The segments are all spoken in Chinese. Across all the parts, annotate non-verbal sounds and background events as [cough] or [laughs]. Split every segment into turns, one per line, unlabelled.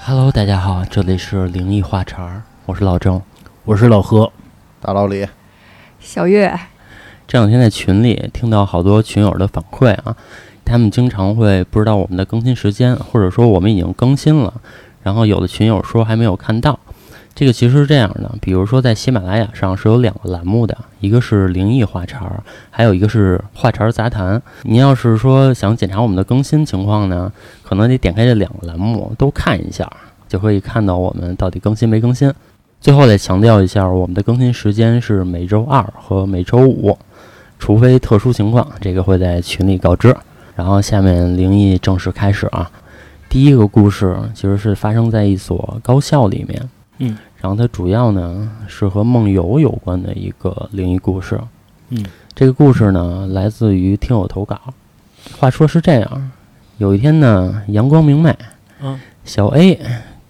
Hello，大家好，这里是灵异话茬儿，我是老郑。
我是老何，
大老李，
小月，
这两天在群里听到好多群友的反馈啊，他们经常会不知道我们的更新时间，或者说我们已经更新了，然后有的群友说还没有看到。这个其实是这样的，比如说在喜马拉雅上是有两个栏目的，一个是灵异话茬儿，还有一个是话茬儿杂谈。您要是说想检查我们的更新情况呢，可能得点开这两个栏目都看一下，就可以看到我们到底更新没更新。最后再强调一下，我们的更新时间是每周二和每周五，除非特殊情况，这个会在群里告知。然后下面灵异正式开始啊，第一个故事其实是发生在一所高校里面，
嗯，
然后它主要呢是和梦游有关的一个灵异故事，
嗯，
这个故事呢来自于听友投稿。话说是这样，有一天呢，阳光明媚，
嗯，
小 A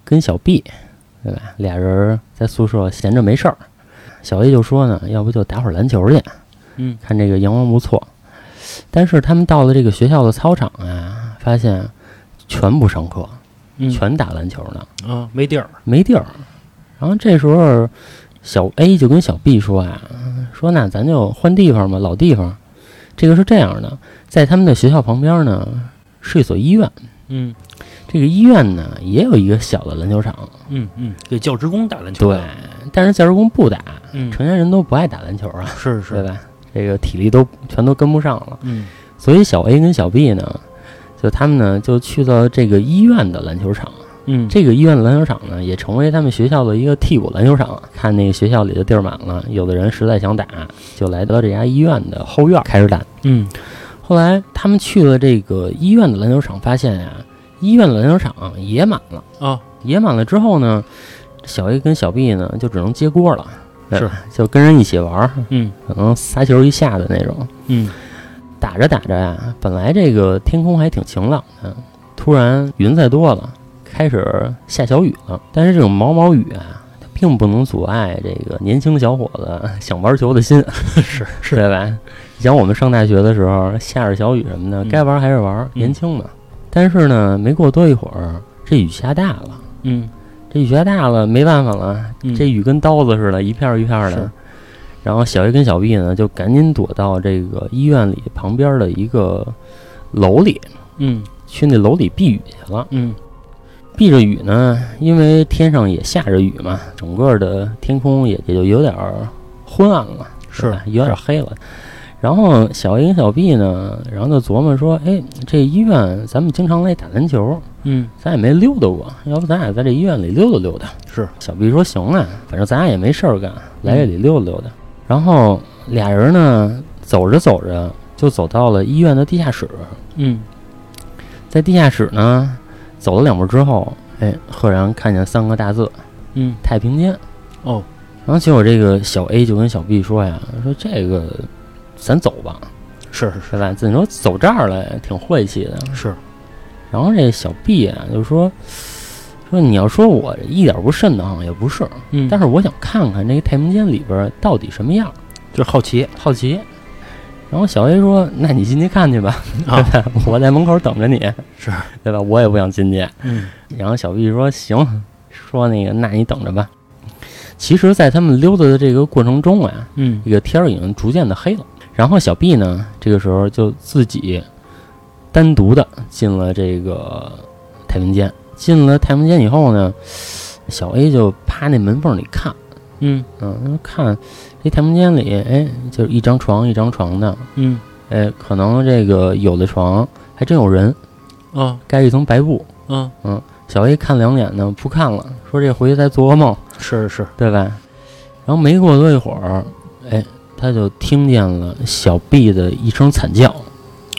跟小 B，对吧？俩人在宿舍闲着没事儿，小 A 就说呢，要不就打会儿篮球去，
嗯，
看这个阳光不错。但是他们到了这个学校的操场啊，发现全不上课，
嗯
全打篮球呢，
啊，没地儿，
没地儿。然后这时候，小 A 就跟小 B 说啊，说那咱就换地方吧，老地方。这个是这样的，在他们的学校旁边呢，是一所医院。
嗯
这个医院呢，也有一个小的篮球场，
嗯嗯，给教职工打篮球
对
的，，
但是教职工不打，
嗯，
成年人都不爱打篮球啊，
是
对
是，
吧？这个体力都全都跟不上了。
嗯
所以小 A 跟小 B 呢，就他们呢就去到这个医院的篮球场，
嗯，
这个医院篮球场呢也成为他们学校的一个替补篮球场。看那个学校里的地儿满了，有的人实在想打，就来到这家医院的后院开始打。
嗯
后来他们去了这个医院的篮球场，发现呀、啊医院的篮球场啊也满了，
啊，
也满了之后呢，小 A 跟小 B 呢就只能接锅了， [laughs] 对
是
就跟人一起玩儿，
嗯
可能仨球一下的那种。
嗯
打着打着呀、本来这个天空还挺晴朗的，突然云彩多了，开始下小雨了。但是这种毛毛雨啊，它并不能阻碍这个年轻小伙子想玩球的心，
是
是 [laughs] 对吧？你像我们上大学的时候，下着小雨什么的，
嗯
该玩还是玩，年轻嘛。但是呢，没过多一会儿，这雨下大了，
嗯
这雨下大了，没办法了，
嗯
这雨跟刀子似的，一片儿一片儿的
是。
然后小 A 跟小 B 呢，就赶紧躲到这个医院里旁边的一个楼里，
嗯
去那楼里避雨去了。
嗯
避着雨呢，因为天上也下着雨嘛，整个的天空也也就有点儿昏暗了，对
是
吧有点儿黑了。然后小 A 跟小 B 呢，然后就琢磨说，哎，这医院咱们经常来打篮球，
嗯
咱也没溜达过，要不咱俩在这医院里溜达溜达。
是，嗯
小 B 说行啊，反正咱俩也没事儿干，来这里溜达溜达。然后俩人呢，走着走着就走到了医院的地下室，
嗯
在地下室呢，走了两步之后，哎，赫然看见三个大字
嗯
“太平间”。
哦，
然后结果这个小 A 就跟小 B 说呀：“说这个咱走吧，
是
对吧？自己说走这儿来挺晦气的。”
是是，
然后这小 B 啊就说：“说你要说我一点不瘆得慌也不是，
嗯，
但
是
是我想看看这个太平间里边到底什么样，
就是好奇
好奇。”然后小 A 说：“那你进去看去吧，
啊，
我在门口等着你，
是
对吧？我也不想进去。”
嗯
然后小 B 说：“行，说那个，那你等着吧。”其实，在他们溜达的这个过程中啊，
嗯
这个天儿已经逐渐的黑了。然后小 B 呢，这个时候就自己单独的进了这个太平间。进了太平间以后呢，小 A 就趴那门缝里看，
嗯
嗯，看这太平间里，哎，就是一张床一张床的，
嗯
哎，可能这个有的床还真有人，
啊
盖一层白布，
啊
小 A 看两眼呢，不看了，说这回去再做噩梦，
是是，
对吧？然后没过多一会儿，哎，他就听见了小 B 的一声惨叫，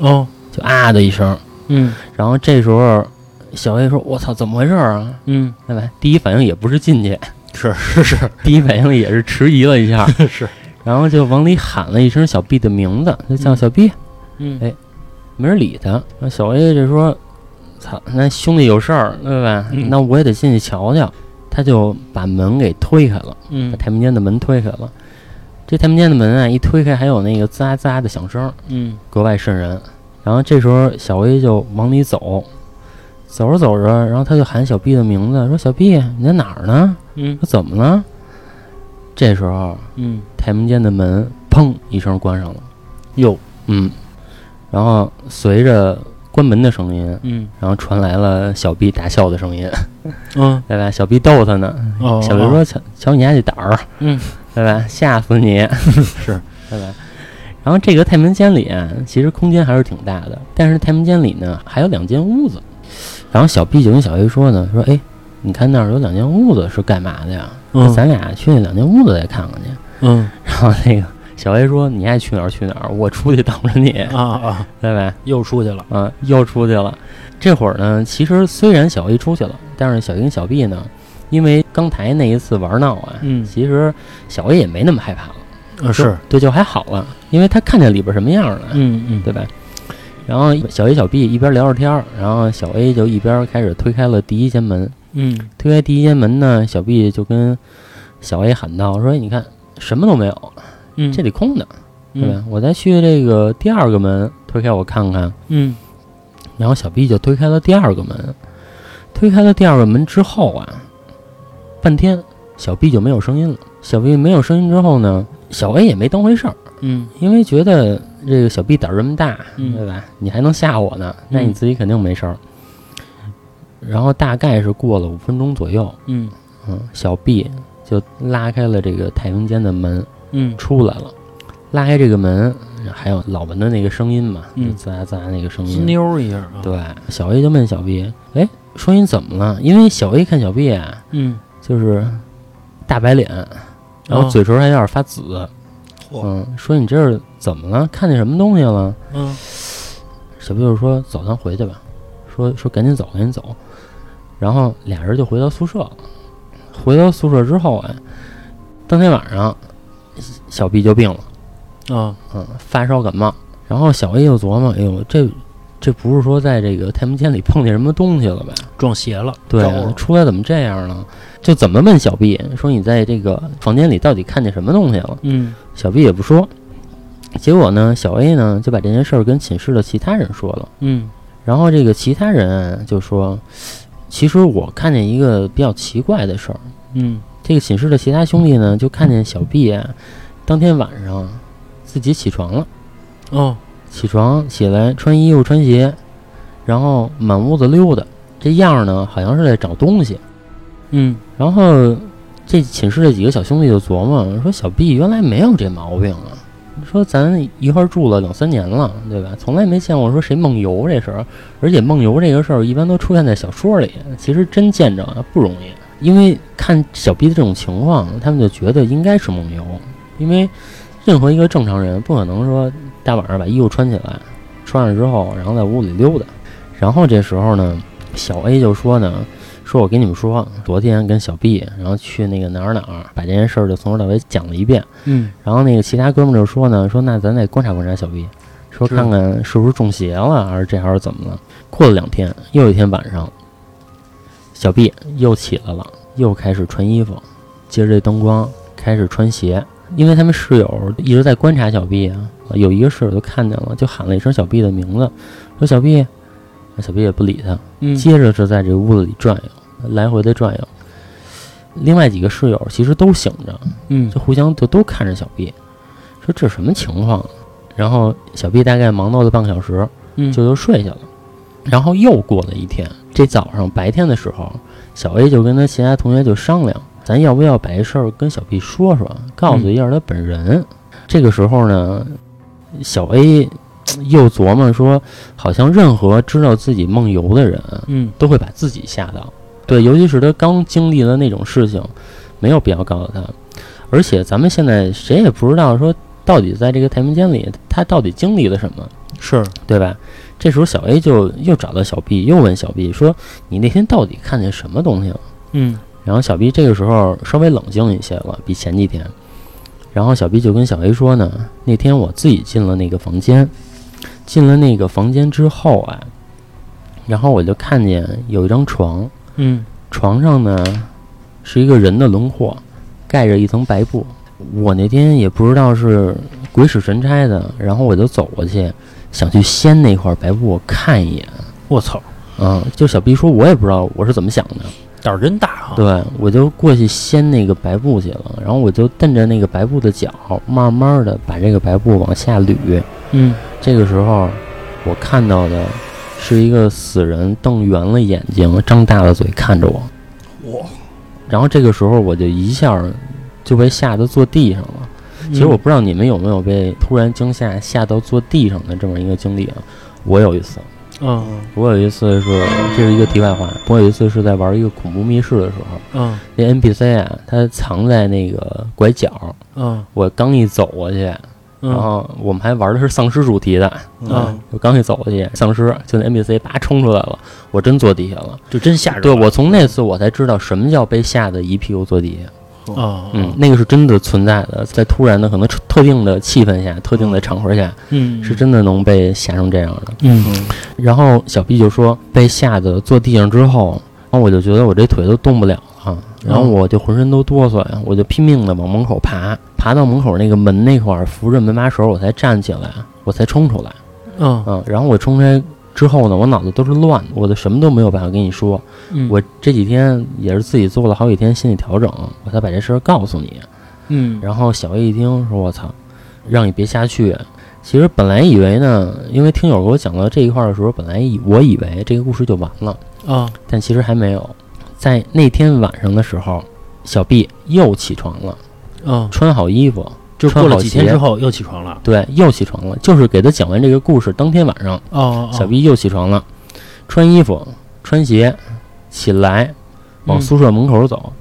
哦
就啊的一声。
嗯
然后这时候，小 A 说：“我操，怎么回事儿啊
嗯？”
对吧？第一反应也不是进去， [laughs]
是是是
第一反应也是迟疑了一下，
[laughs] 是，
然后就往里喊了一声小 B 的名字，就叫
嗯
小 B，
嗯
没人理他。然后小 A 就说：“操，那兄弟有事儿，对吧？
嗯
那我也得进去瞧瞧。”他就把门给推开了。把
嗯
太平间的门推开了。这太平间的门啊，一推开还有那个滋啦滋啦的响声，
嗯
格外瘆人。然后这时候小 A 就往里走，走着走着，然后他就喊小 B 的名字，说：“小 B，你在哪儿呢？
嗯
我怎么了？”这时候，
嗯，
太平间的门砰一声关上了，
哟，
嗯，然后随着关门的声音，
嗯
然后传来了小 B 大笑的声音， [laughs]
嗯
对吧？小 B 逗他呢，
哦，
小 B 说：“瞧瞧你家这胆儿，啊
嗯，
对吧？吓死你，
[laughs] 是，
[laughs] 对吧？”然后这个太平间里啊，其实空间还是挺大的，但是太平间里呢还有两间屋子。然后小 B 就跟小 A 说呢，说：“哎，你看那儿有两间屋子是干嘛的呀？
嗯
咱俩去那两间屋子再看看去。” [laughs]
嗯
然后那个小 A 说：“你爱去哪儿去哪儿，我出去等
[laughs]
着你，
啊啊，
对吧？”
又出去了，
啊，又出去了。这会儿呢，其实虽然小 A 出去了，但是小 A 跟小 B 呢，因为刚才那一次玩闹啊，
嗯
其实小 A 也没那么害怕了，
啊是，
对，就还好了，因为他看见里边什么样了，
嗯嗯，
对吧？然后小 A 小 B 一边聊着天儿，然后小 A 就一边开始推开了第一间门。
嗯
推开第一间门呢，小 B 就跟小 A 喊道：“说哎你看什么都没有，
嗯，
这里空的，对吧
嗯？
我再去这个第二个门推开我看看。”
嗯
然后小 B 就推开了第二个门，推开了第二个门之后啊，半天小 B 就没有声音了。小 B 没有声音之后呢，小 A 也没当回事儿，
嗯
因为觉得这个小 B 胆儿这么大，
嗯
对吧？你还能吓我呢，那你自己肯定没事儿。然后大概是过了五分钟左右，
嗯
嗯，小 B 就拉开了这个太平间的门，
嗯
出来了。拉开这个门，还有老文的那个声音嘛，就
嗯
滋啦滋啦那个声音
嗯，，妞一下啊，
对，小 A 就问小 B：“ 哎，说你怎么了？”因为小 A 看小 B 啊，
嗯，
就是大白脸，然后
哦
嘴唇还有点发紫。
嚯
嗯，说你这是怎么了？看见什么东西了？
嗯
小 B 就说：“走，咱回去吧。”说说赶紧走，赶紧走。然后俩人就回到宿舍了。回到宿舍之后啊，当天晚上小 B 就病了。
啊
嗯，发烧感冒。然后小 A 又琢磨：“哎呦，这这不是说在这个太平间里碰见什么东西了吧？”
撞邪了，
对
着了
啊，出来怎么这样呢？就怎么问小 B 说你在这个房间里到底看见什么东西了？
嗯
小 B 也不说。结果呢，小 A 呢就把这件事儿跟寝室的其他人说了，
嗯
然后这个其他人就说，其实我看见一个比较奇怪的事儿，
嗯
这个寝室的其他兄弟呢就看见小 B 啊，当天晚上自己起床了，
哦
起床起来穿衣服穿鞋，然后满屋子溜达，这样儿呢好像是在找东西。
嗯
然后这寝室这几个小兄弟就琢磨说：“小 B 原来没有这毛病啊，说咱一块儿住了两三年了，对吧？从来没见过说谁梦游这事儿，而且梦游这个事儿一般都出现在小说里，其实真见着啊不容易。因为看小 B 的这种情况，他们就觉得应该是梦游，因为任何一个正常人不可能说大晚上把衣服穿起来，穿上之后然后在屋里溜达。然后这时候呢，小 A 就说呢，说我跟你们说，昨天跟小 B，然后去那个哪儿哪儿，把这件事儿就从头到尾讲了一遍。
嗯
然后那个其他哥们儿就说呢，说那咱得观察观察小 B，说
是
看看是不是中邪了，还是这还是怎么了。过了两天，又有一天晚上，小 B 又起来了，又开始穿衣服，借着这灯光开始穿鞋。因为他们室友一直在观察小 B 啊，有一个室友就看见了，就喊了一声小 B 的名字，说小 B，小 B 也不理他，
嗯
接着是在这屋子里转悠，来回的转悠。另外几个室友其实都醒着，
嗯
就互相就都看着小 B，说这是什么情况啊？然后小 B 大概忙叨了半个小时，
嗯
就又睡下了。然后又过了一天，这早上白天的时候，小 A 就跟他其他同学就商量，咱要不要把这事儿跟小 B 说说，告诉一下他本人。这个时候呢，小 A 又琢磨说，好像任何知道自己梦游的人，
嗯
都会把自己吓到。对，尤其是他刚经历了那种事情，没有必要告诉他。而且咱们现在谁也不知道说到底在这个太平间里他到底经历了什么，
是
对吧？这时候小 A 就又找到小 B，又问小 B 说：“你那天到底看见什么东西了
嗯？”
然后小 B 这个时候稍微冷静一些了，比前几天。然后小 B 就跟小 A 说呢：“那天我自己进了那个房间，进了那个房间之后啊，然后我就看见有一张床，
嗯
床上呢是一个人的轮廓，盖着一层白布。我那天也不知道是鬼使神差的，然后我就走过去，想去掀那块白布看一眼。
我操
嗯，就小 B 说，我也不知道我是怎么想的，
胆儿真大哈。
对我就过去掀那个白布去了，然后我就蹬着那个白布的脚，慢慢的把这个白布往下捋。
嗯，
这个时候，我看到的是一个死人瞪圆了眼睛，张大了嘴看着我。
我
然后这个时候我就一下就被吓得坐地上了。
嗯
其实我不知道你们有没有被突然惊吓吓到坐地上的这么一个经历啊？我有一次，
嗯
我有一次是这是一个题外话，我有一次是在玩一个恐怖密室的时候，
嗯
那 NPC 啊，它藏在那个拐角，
嗯
我刚一走过去，然
嗯
后我们还玩的是丧尸主题的，
嗯，
我刚一走过去，丧尸就那 NPC 叭冲出来了，我真坐地下了。
就真吓人。
对我从那次我才知道什么叫被吓得一屁股坐地下。
啊，
嗯，那个是真的存在的，在突然的可能特特定的气氛下、特定的场合下，
嗯，
是真的能被吓成这样的。
嗯
嗯
然后小 B 就说被吓得坐地上之后，然后我就觉得我这腿都动不了了，然后我就浑身都哆嗦呀，我就拼命的往门口爬，爬到门口那个门那块儿，扶着门把手我才站起来，我才冲出来，
嗯
嗯，然后我冲出来之后呢，我脑子都是乱的，我的什么都没有办法跟你说，
嗯
我这几天也是自己做了好几天心理调整，我才把这事儿告诉你。
嗯
然后小 A 一听说我操，让你别瞎去。其实本来以为呢，因为听友给我讲到这一块儿的时候，本来以我以为这个故事就完了，
啊
但其实还没有。在那天晚上的时候，小 B 又起床了，
啊，
穿好衣服，
就
穿
过了
好
几天
鞋
之后又起床了。
对，又起床了。就是给他讲完这个故事，当天晚上，
哦，
小 B 又起床了，穿衣服、穿鞋，起来，
嗯
往宿舍门口走。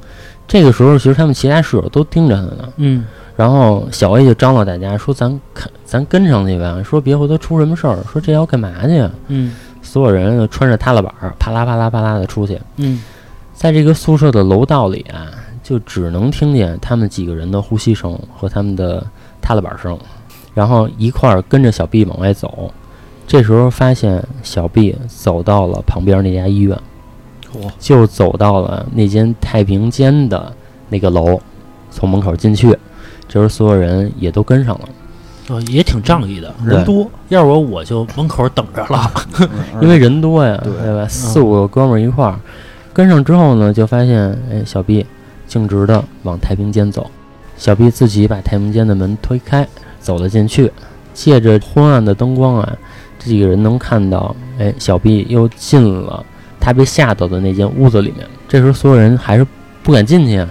这个时候，其实他们其他室友都盯着他呢。
嗯
然后小 A 就张罗大家说：“咱看，咱跟上去呗，说别回头出什么事儿，说这要干嘛去啊
嗯？”
所有人就穿着踏拉板儿，啪啦啪啦啪啦的出去，
嗯
在这个宿舍的楼道里啊，就只能听见他们几个人的呼吸声和他们的踏拉板声，然后一块儿跟着小 B 往外走。这时候发现小 B 走到了旁边那家医院，
我
就走到了那间太平间的那个楼，从门口进去。这时候所有人也都跟上了。
哦，也挺仗义的。
人多，
要是我，我就门口等着了。
嗯
因为人多呀，
对
吧？四五个哥们儿一块儿跟上之后呢，就发现哎，小 B 径直的往太平间走。小 B 自己把太平间的门推开，走了进去。借着昏暗的灯光啊，这几个人能看到，哎，小 B 又进了他被吓到的那间屋子里面。这时候所有人还是不敢进去啊，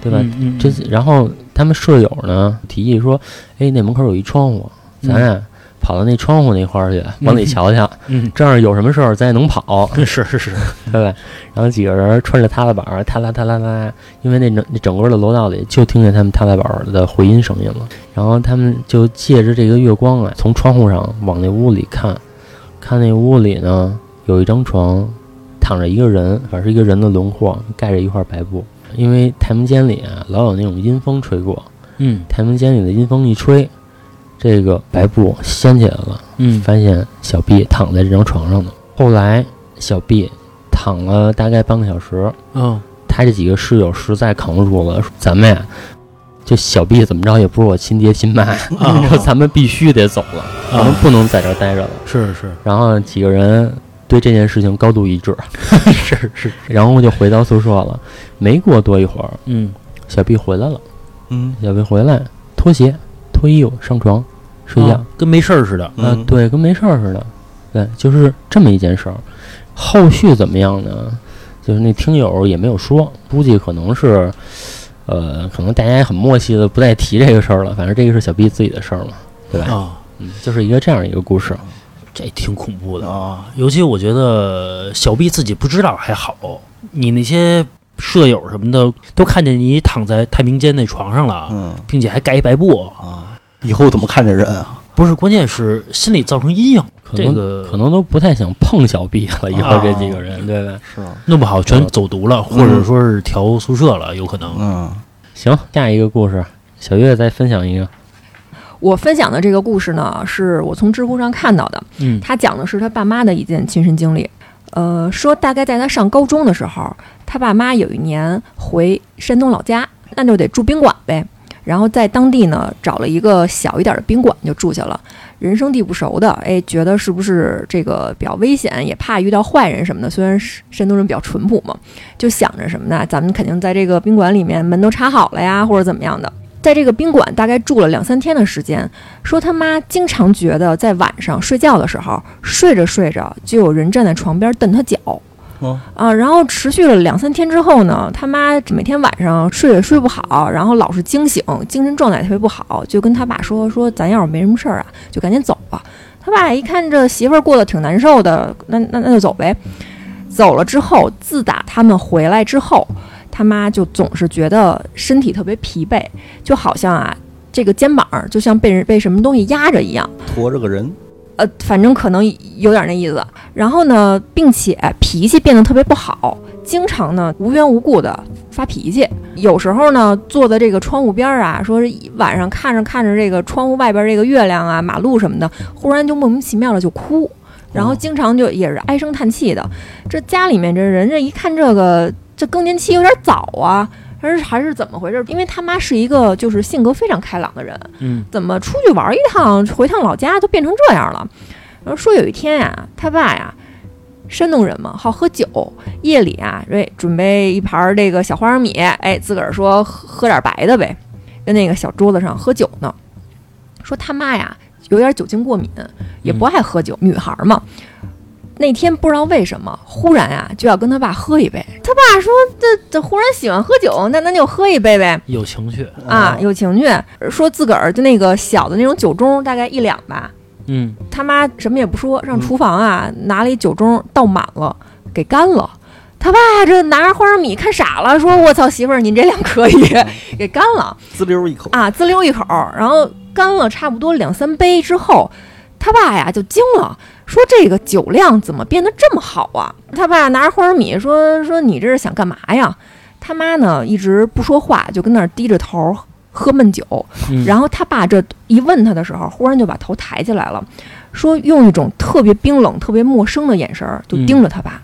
对吧？
嗯
这然后他们舍友呢提议说，哎，那门口有一窗户，咱俩跑到那窗户那块儿去，往里瞧瞧。
嗯，
这样有什么事儿咱也能跑，
嗯是是是，
对吧？然后几个人穿着踏拉板儿，踏啦踏啦啦，因为那整那整个的楼道里就听见他们踏拉板儿的回音声音了。然后他们就借着这个月光啊，从窗户上往那屋里看，看那屋里呢有一张床，躺着一个人，反正是一个人的轮廓，盖着一块白布。因为太平间里啊，老有那种阴风吹过，
嗯
太平间里的阴风一吹，这个白布掀起来了。
嗯
发现小 B 躺在这张床上呢。后来小 B 躺了大概半个小时，
嗯
他这几个室友实在扛不住了，说咱们呀，就小 B 怎么着也不是我亲爹亲妈， [laughs] 说咱们必须得走了，咱们
啊，
不能在这儿待着了。
是是，
然后几个人对这件事情高度一致， [laughs] 是是，然后就回到宿舍了。没过多一会儿，
嗯
小 B 回来了，
嗯
小 B 回来脱鞋、脱衣服、上床睡觉。
啊跟没事儿似的。
嗯
啊，，对，跟没事儿似的，对，就是这么一件事儿。后续怎么样呢？就是那听友也没有说，估计可能是，呃，可能大家也很默契的不再提这个事儿了。反正这个是小 B 自己的事儿嘛，对吧？
啊，
嗯，就是一个这样一个故事。
这挺恐怖的。
啊，
尤其我觉得小 B 自己不知道还好，你那些舍友什么的都看见你躺在太平间那床上了，
嗯
并且还盖一白布，
啊，以后怎么看这人啊？
不是，关键是心理造成阴影，
可
这
能、
个啊
可能都不太想碰小 B 了，以后这几个人，对吧？
是，啊
弄不好全
嗯
走读了，或者说是调宿舍了，有可能。
嗯，
行，下一个故事，小月再分享一个。
我分享的这个故事呢，是我从知乎上看到的。
嗯
他讲的是他爸妈的一件亲身经历。呃，说大概在他上高中的时候，他爸妈有一年回山东老家，那就得住宾馆呗。然后在当地呢找了一个小一点的宾馆就住下了。人生地不熟的，哎，觉得是不是这个比较危险，也怕遇到坏人什么的。虽然是山东人比较淳朴嘛，就想着什么呢？咱们肯定在这个宾馆里面门都插好了呀，或者怎么样的。在这个宾馆大概住了两三天的时间，说他妈经常觉得在晚上睡觉的时候，睡着睡着就有人站在床边蹬他脚。
哦
啊，然后持续了两三天之后呢，他妈每天晚上睡也睡不好，然后老是惊醒，精神状态特别不好，就跟他爸说说咱要是没什么事儿啊，就赶紧走吧。他爸一看这媳妇儿过得挺难受的，那那那就走呗。走了之后，自打他们回来之后，他妈就总是觉得身体特别疲惫，就好像啊这个肩膀就像被人被什么东西压着一样。
驮着个人，
呃，反正可能有点那意思。然后呢，并且脾气变得特别不好，经常呢无缘无故的发脾气。有时候呢，坐在这个窗户边儿啊，说是晚上看着看着这个窗户外边这个月亮啊、马路什么的，忽然就莫名其妙的就哭，然后经常就也是唉声叹气的。这家里面这人，这一看这个这更年期有点早啊。还是还是怎么回事？因为他妈是一个就是性格非常开朗的人，
嗯，
怎么出去玩一趟，回趟老家都变成这样了？然后说有一天呀、他爸呀，山东人嘛，好喝酒，夜里啊，哎，准备一盘儿这个小花生米，哎，自个儿说喝喝点白的呗，跟那个小桌子上喝酒呢。说他妈呀，有点酒精过敏，也不爱喝酒，女孩儿嘛。那天不知道为什么，忽然啊就要跟他爸喝一杯。他爸说：“这这忽然喜欢喝酒，那那就喝一杯呗。”
有情绪，
哦
啊，
嗯
有情绪，说自个儿就那个小的那种酒盅，大概一两吧。
嗯，
他妈什么也不说，让厨房啊、拿了一酒盅倒满了，给干了。他爸这拿着花生米看傻了，说：“我操，媳妇儿，你这量可以， [laughs] 给干了
滋溜一口，
啊！”滋溜一口，然后干了差不多两三杯之后，他爸呀就惊了，说：“这个酒量怎么变得这么好啊？”他爸拿着花生米说：“说你这是想干嘛呀？”他妈呢一直不说话，就跟那儿低着头喝闷酒。
嗯
然后他爸这一问他的时候，忽然就把头抬起来了，说用一种特别冰冷、特别陌生的眼神儿就盯着他爸。
嗯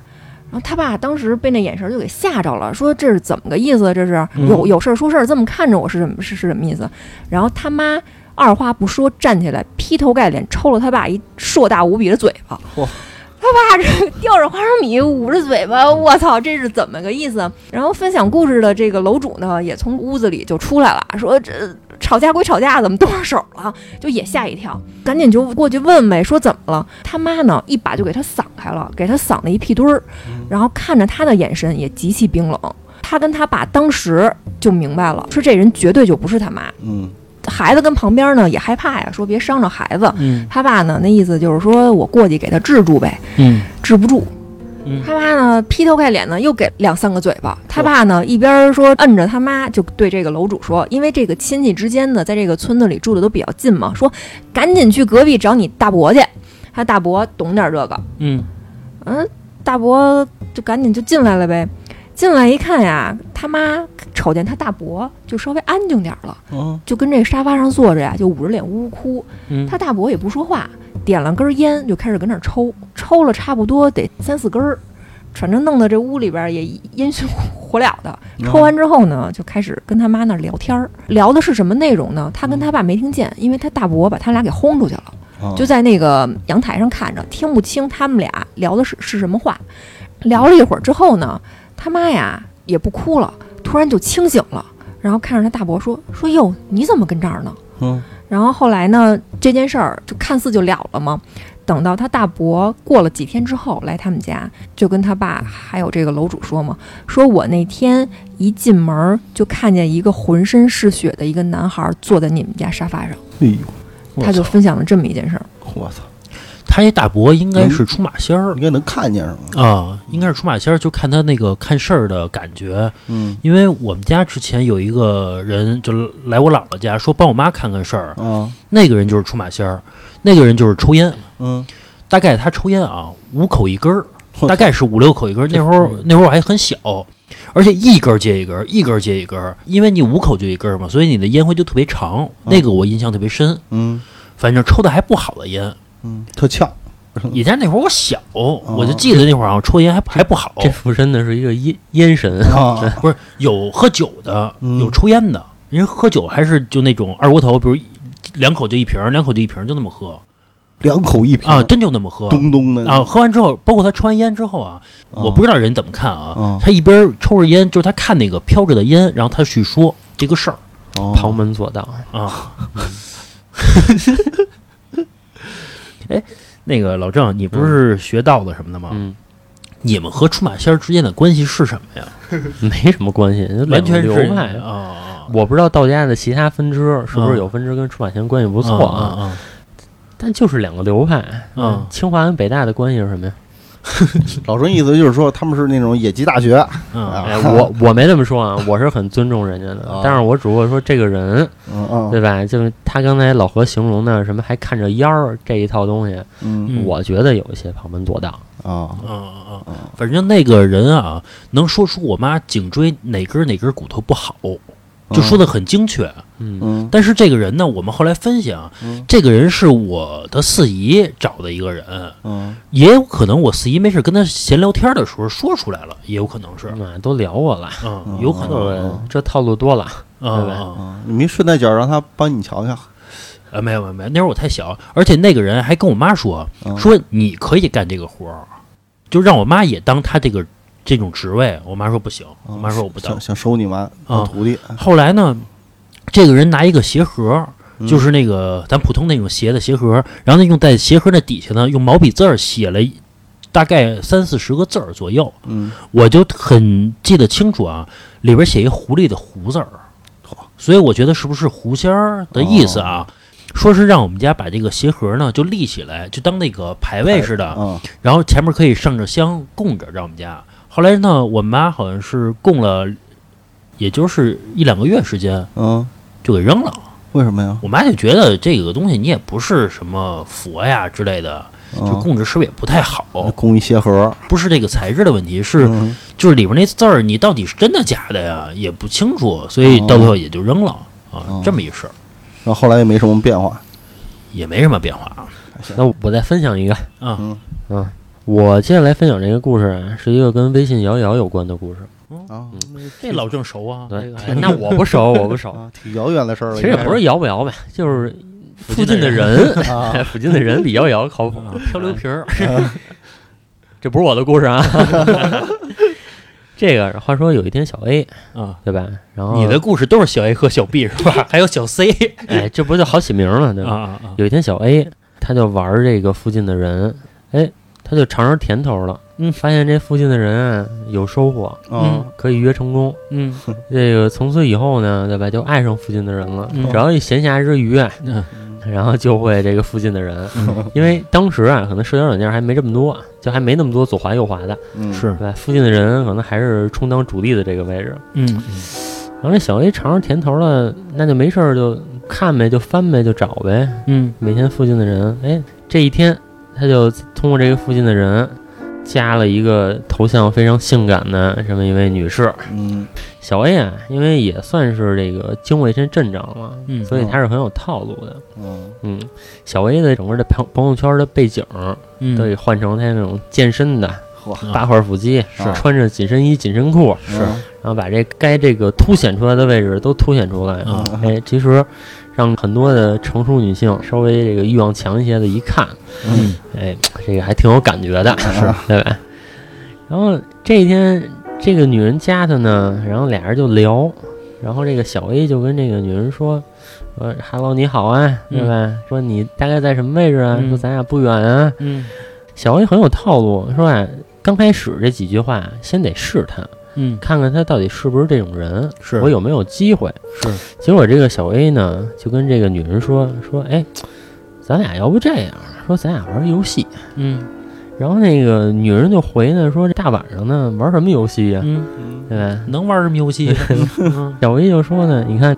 然后他爸当时被那眼神儿就给吓着了，说这是怎么个意思？这是
嗯
有有事儿说事儿，这么看着我是什么是是什么意思？然后他妈二话不说站起来，劈头盖脸抽了他爸一硕大无比的嘴巴。
嚯
他爸这叼着花生米捂着嘴巴，我操，这是怎么个意思？然后分享故事的这个楼主呢，也从屋子里就出来了，说这吵架归吵架，怎么动上手了？就也吓一跳，赶紧就过去问呗，说怎么了？他妈呢，一把就给他搡开了，给他搡了一屁墩儿，然后看着他的眼神也极其冰冷。他跟他爸当时就明白了，说这人绝对就不是他妈。
嗯，
孩子跟旁边呢也害怕呀，说别伤着孩子。
嗯
他爸呢，那意思就是说我过去给他治住呗，
嗯
治不住。
嗯哦
他妈呢劈头盖脸呢又给两三个嘴巴。他爸呢一边说摁着他妈，就对这个楼主说，因为这个亲戚之间呢，在这个村子里住的都比较近嘛，说赶紧去隔壁找你大伯去。他大伯懂点这个，
嗯
嗯，大伯就赶紧就进来了呗。进来一看呀，他妈瞅见他大伯就稍微安静点儿了，
哦，
就跟这沙发上坐着呀，就捂着脸呜呜哭。
嗯，
他大伯也不说话，点了根烟就开始搁那儿抽，抽了差不多得三四根儿，反正弄得这屋里边儿也烟熏火燎的。
嗯
抽完之后呢，就开始跟他妈那儿聊天儿，聊的是什么内容呢？他跟他爸没听见，因为他大伯把他俩给轰出去了，
啊
哦
就在那个阳台上看着，听不清他们俩聊的是是什么话。聊了一会儿之后呢，他妈呀也不哭了，突然就清醒了，然后看着他大伯说：“说哟，你怎么跟这儿呢？”
嗯，
然后后来呢，这件事儿就看似就了了嘛。等到他大伯过了几天之后来他们家，就跟他爸还有这个楼主说嘛，说我那天一进门儿就看见一个浑身是血的一个男孩儿坐在你们家沙发上，
哎呦，
我
他就
操
分享了这么一件事儿。
我操，
他这大伯应该是出马仙儿
应该能看见是吗？
嗯啊，应该是出马仙儿，就看他那个看事儿的感觉。
嗯，
因为我们家之前有一个人就来我姥姥家说帮我妈看看事儿，
啊，
那个人就是出马仙儿，那个人就是抽烟，
嗯，
大概他抽烟啊五口一根儿，
我
大概是五六口一根儿。那
这
会儿那会儿我还很小，而且一根儿接一根儿，一根儿接一根儿，因为你五口就一根儿嘛，所以你的烟灰就特别长。那个我印象特别深，
嗯
反正抽的还不好的烟。
嗯，特呛，嗯
也加上那会儿我小，我就记得那会儿好像抽烟还还不好，哦
这附身的是一个烟烟神，
啊，
不是有喝酒的，
嗯
有抽烟的，人喝酒还是就那种二锅头，比如一两口就一瓶儿，两口就一瓶儿，就那么喝
两口一瓶
啊，真就那么喝
咚咚的
啊。喝完之后，包括他抽完烟之后啊，我不知道人怎么看啊，
嗯
他一边抽着烟，就是他看那个飘着的烟，然后他去说这个事儿
哦
[laughs] 旁门左道。
啊。哎，那个老郑，你不是学道的什么的吗？
嗯，
你们和出马仙儿之间的关系是什么呀？
没什么关系，就
完全
两个
是
流派。
啊，
我不知道道家的其他分支是不
啊
是有分支跟出马仙关系不
不
错
啊
啊，
啊。
但就是两个流派。嗯
啊
清华跟北大的关系是什么呀？
老郑意思就是说他们是那种野鸡大学
嗯
啊
哎，我我没这么说啊，我是很尊重人家的
啊，
但是我只不过说这个人，
嗯嗯
对吧？就是他刚才老何形容的什么还看着烟儿这一套东西，
嗯
嗯
我觉得有一些旁门左道。
啊
嗯嗯嗯，反正那个人啊，能说出我妈颈椎哪根儿哪根儿骨头不好，就说的很精确。
嗯
嗯
但是这个人呢，我们后来分析啊，
嗯
这个人是我的四姨找的一个人，
嗯
也有可能我四姨没事跟他闲聊天的时候说出来了，也有可能是，
妈啊都聊我了，
嗯，有可能
对
嗯嗯
这套路多了。对吧
啊啊
嗯，你没顺带脚让他帮你瞧瞧，
啊！没有没有没有，那会儿我太小，而且那个人还跟我妈说
嗯
说你可以干这个活儿，就让我妈也当他这个这种职位。我妈说不行，
嗯
我嗯妈说我不当
想。想收你妈当徒弟，
后来呢，这个人拿一个鞋盒，
嗯
就是那个咱普通那种鞋的鞋盒，然后呢用在鞋盒的底下呢，用毛笔字儿写了一大概三四十个字儿左右，
嗯
我就很记得清楚啊，里边写一狐狸的“狐”字儿，所以我觉得是不是狐仙儿的意思啊？说是让我们家把这个鞋盒呢就立起来，就当那个牌位似的，
啊
然后前面可以上着香供着，让我们家。后来呢，我妈好像是供了，也就是一两个月时间
嗯，
就给扔了。
为什么呀？
我妈就觉得这个东西你也不是什么佛呀之类的，就
嗯
供着是不是也不太好？
供一鞋盒，
不是这个材质的问题，是
嗯
就是里边那字儿你到底是真的假的呀，也不清楚，所
哦
以到最后也就扔了啊
哦。
这么一事儿
然后后来也没什么变化，
也没什么变化啊。
那我再分享一个，
啊
嗯
嗯，我接下来分享这个故事啊是一个跟微信摇摇有关的故事。
啊
嗯
这老郑熟啊，这
对
个， [laughs]
那我不熟，我不熟。
啊，挺遥远的事儿了，
其实也不是摇不摇吧，就是附近的 [laughs] 人，
啊，
附近的人比摇摇靠谱。
漂流瓶儿，
[laughs] 这不是我的故事啊。这个话说有一天小 A
啊。
对吧？然后
你的故事都是小 A 和小 B 是吧？ [laughs] 还有小 C
哎，这不就好起名了对
啊
吧？
啊啊！
有一天小 A 他就玩这个附近的人，哎，他就尝尝甜头了，
嗯
发现这附近的人啊有收获，
啊
可以约成功。
嗯
这个从此以后呢，对吧？就爱上附近的人了
嗯。
只要一闲暇之余啊，
嗯
[laughs] 然后就会这个附近的人，因为当时啊，可能社交软件还没这么多，啊就还没那么多左滑右滑的，
嗯
是
对吧？附近的人可能还是充当主力的这个位置。
嗯
然后这小 A 尝尝甜头了，那就没事儿就看呗，就翻呗，就找呗。
嗯
每天附近的人，哎，这一天他就通过这个附近的人，加了一个头像非常性感的这么一位女士。
嗯
小 A 啊，因为也算是这个经过一身阵仗了，
嗯
所以他是很有套路的。
嗯
嗯，小 A 的整个的朋朋友圈的背景
嗯啊
都给换成他那种健身的
嚯
八块腹肌，
是
穿着紧身衣、紧身裤，
啊
嗯
然后把这该这个凸显出来的位置都凸显出来。
啊
哎，其实让很多的成熟女性稍微这个欲望强一些的，一看，
嗯
哎，这个还挺有感觉的，
是
[laughs] 对吧？然后这一天，这个女人加他呢，然后俩人就聊，然后这个小 A 就跟这个女人说：“说哈喽，你好啊，对吧？说你大概在什么位置啊？
嗯
说咱俩不远啊。
嗯”
小 A 很有套路，说啊，刚开始这几句话先得试探，
嗯
看看他到底是不是这种人，
是
我有没有机会。
是
结果这个小 A 呢，就跟这个女人说：“说哎，咱俩要不这样，说咱俩玩游戏。”
嗯
然后那个女人就回呢，说这大晚上呢玩什么游戏呀、
嗯，
对吧？
能玩什么游戏？
[laughs]
嗯
小 A 就说呢，你看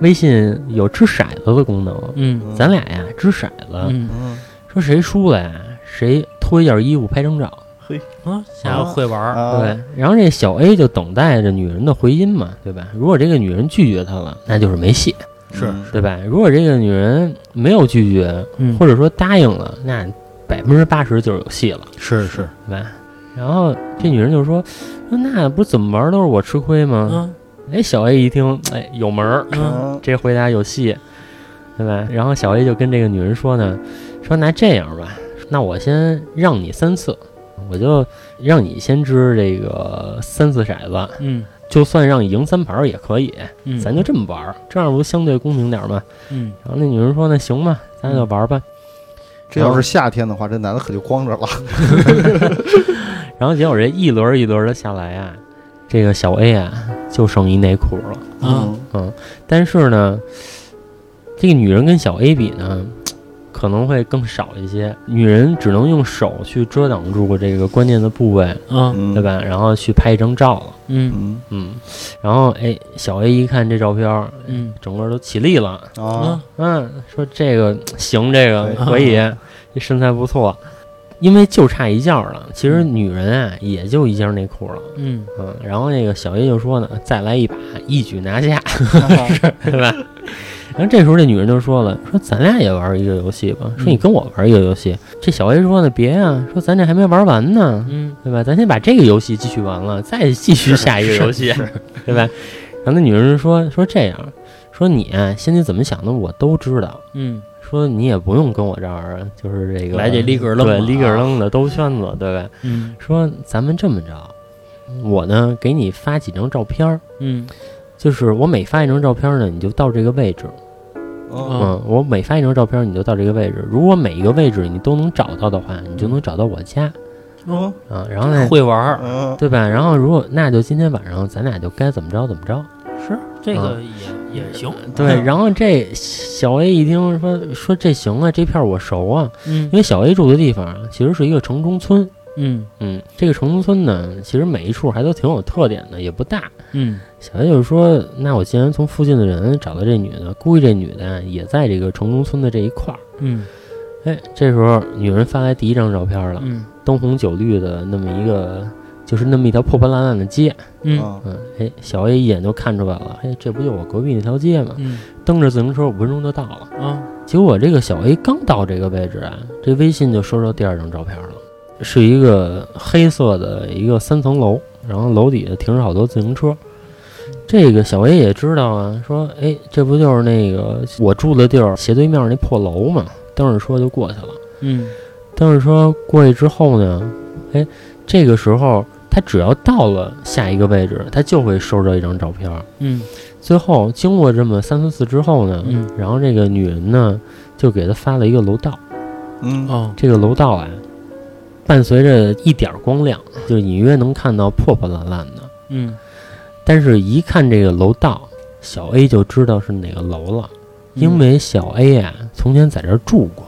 微信有掷骰子的功能，
嗯
咱俩呀掷骰子，
嗯
嗯
说谁输了呀，谁脱一件衣服拍张照。
啊，下回会玩儿
啊
对，然后这小 A 就等待着女人的回音嘛，对吧？如果这个女人拒绝他了，那就是没戏，
是
嗯
对吧？如果这个女人没有拒绝，
嗯
或者说答应了，那百分之八十就是有戏了。
是是
对吧？然后这女人就说：“说那不怎么玩都是我吃亏吗？
嗯
哎，小 A 一听，哎，有门儿，
啊
嗯，
这回答有戏，对吧？然后小 A 就跟这个女人说呢，说那这样吧，那我先让你三次，我就让你先掷这个三次骰子，
嗯
就算让你赢三盘儿也可以，
嗯，
咱就这么玩儿，这样不相对公平点儿吗？
嗯
然后那女人说那行吧，咱俩就玩儿吧。
这要是夏天的话，这男的可就光着了。
然后结果这一轮儿一轮儿的下来啊，这个小 A 啊就剩一内裤了。
啊，
嗯
但是呢，这个女人跟小 A 比呢，可能会更少一些。女人只能用手去遮挡住这个关键的部位，
啊
嗯，
对？吧？然后去拍一张照了。
嗯
嗯
嗯，然后哎，小 A 一看这照片儿，
嗯
整个都起立了。
啊
啊，
嗯，说这个行，这个
哎
可以，这身材不错。因为就差一件儿了，其实女人啊也就一件内裤了，
嗯
嗯，然后那个小 A 就说呢，再来一把，一举拿下。对吧？然后这时候这女人就说了，说咱俩也玩一个游戏吧，说你跟我玩一个游戏。这小 A 说呢，别呀、说咱这还没玩完呢，
嗯
对吧？咱先把这个游戏继续完了，再继续下一个游戏， [laughs] 对吧？然后那女人说说这样，说你啊心里怎么想的我都知道，
嗯
说你也不用跟我这儿啊就是这个
来这立个儿愣
对
了
立个儿
啊
愣的兜圈子，对吧？
嗯
说咱们这么着，我呢给你发几张照片儿，
嗯
就是我每发一张照片儿呢，你就到这个位置。
啊
嗯，我每发一张照片，你就到这个位置。如果每一个位置你都能找到的话，你就能找到我家
嗯
啊。然后 [laughs] 呢，
会玩儿，
嗯，
对吧？然后如果那就今天晚上咱俩就该怎么着怎么着。
是这个也也行，
对，然后这小 A 一听说说这行啊，这片儿我熟啊，
嗯
因为小 A 住的地方啊其实是一个城中村。
嗯
嗯，这个城中村呢，其实每一处还都挺有特点的，也不大。
嗯
小 A 就是说，那我既然从附近的人找到这女的，估计这女的啊也在这个城中村的这一块儿。
嗯
哎，这时候女人发来第一张照片了，
嗯
灯红酒绿的那么一个，就是那么一条破破烂烂的街。
嗯
啊
嗯，哎，小 A 一眼就看出来了，哎，这不就我隔壁那条街吗？
嗯
蹬着自行车五分钟就到了。
啊
结果这个小 A 刚到这个位置啊，这微信就收到第二张照片了，是一个黑色的一个三层楼，然后楼底下停着好多自行车。这个小 A 也知道啊，说，哎，这不就是那个我住的地儿斜对面那破楼吗？蹬着车就过去了。
嗯
但是说过去之后呢，哎，这个时候他只要到了下一个位置，他就会收到一张照片儿。
嗯
最后经过这么三四次之后呢，
嗯
然后这个女人呢就给他发了一个楼道，
嗯
哦
这个楼道啊，伴随着一点儿光亮，就隐约能看到破破烂烂的，
嗯
但是一看这个楼道，小 A 就知道是哪个楼了，
嗯
因为小 A 啊从前在这儿住过，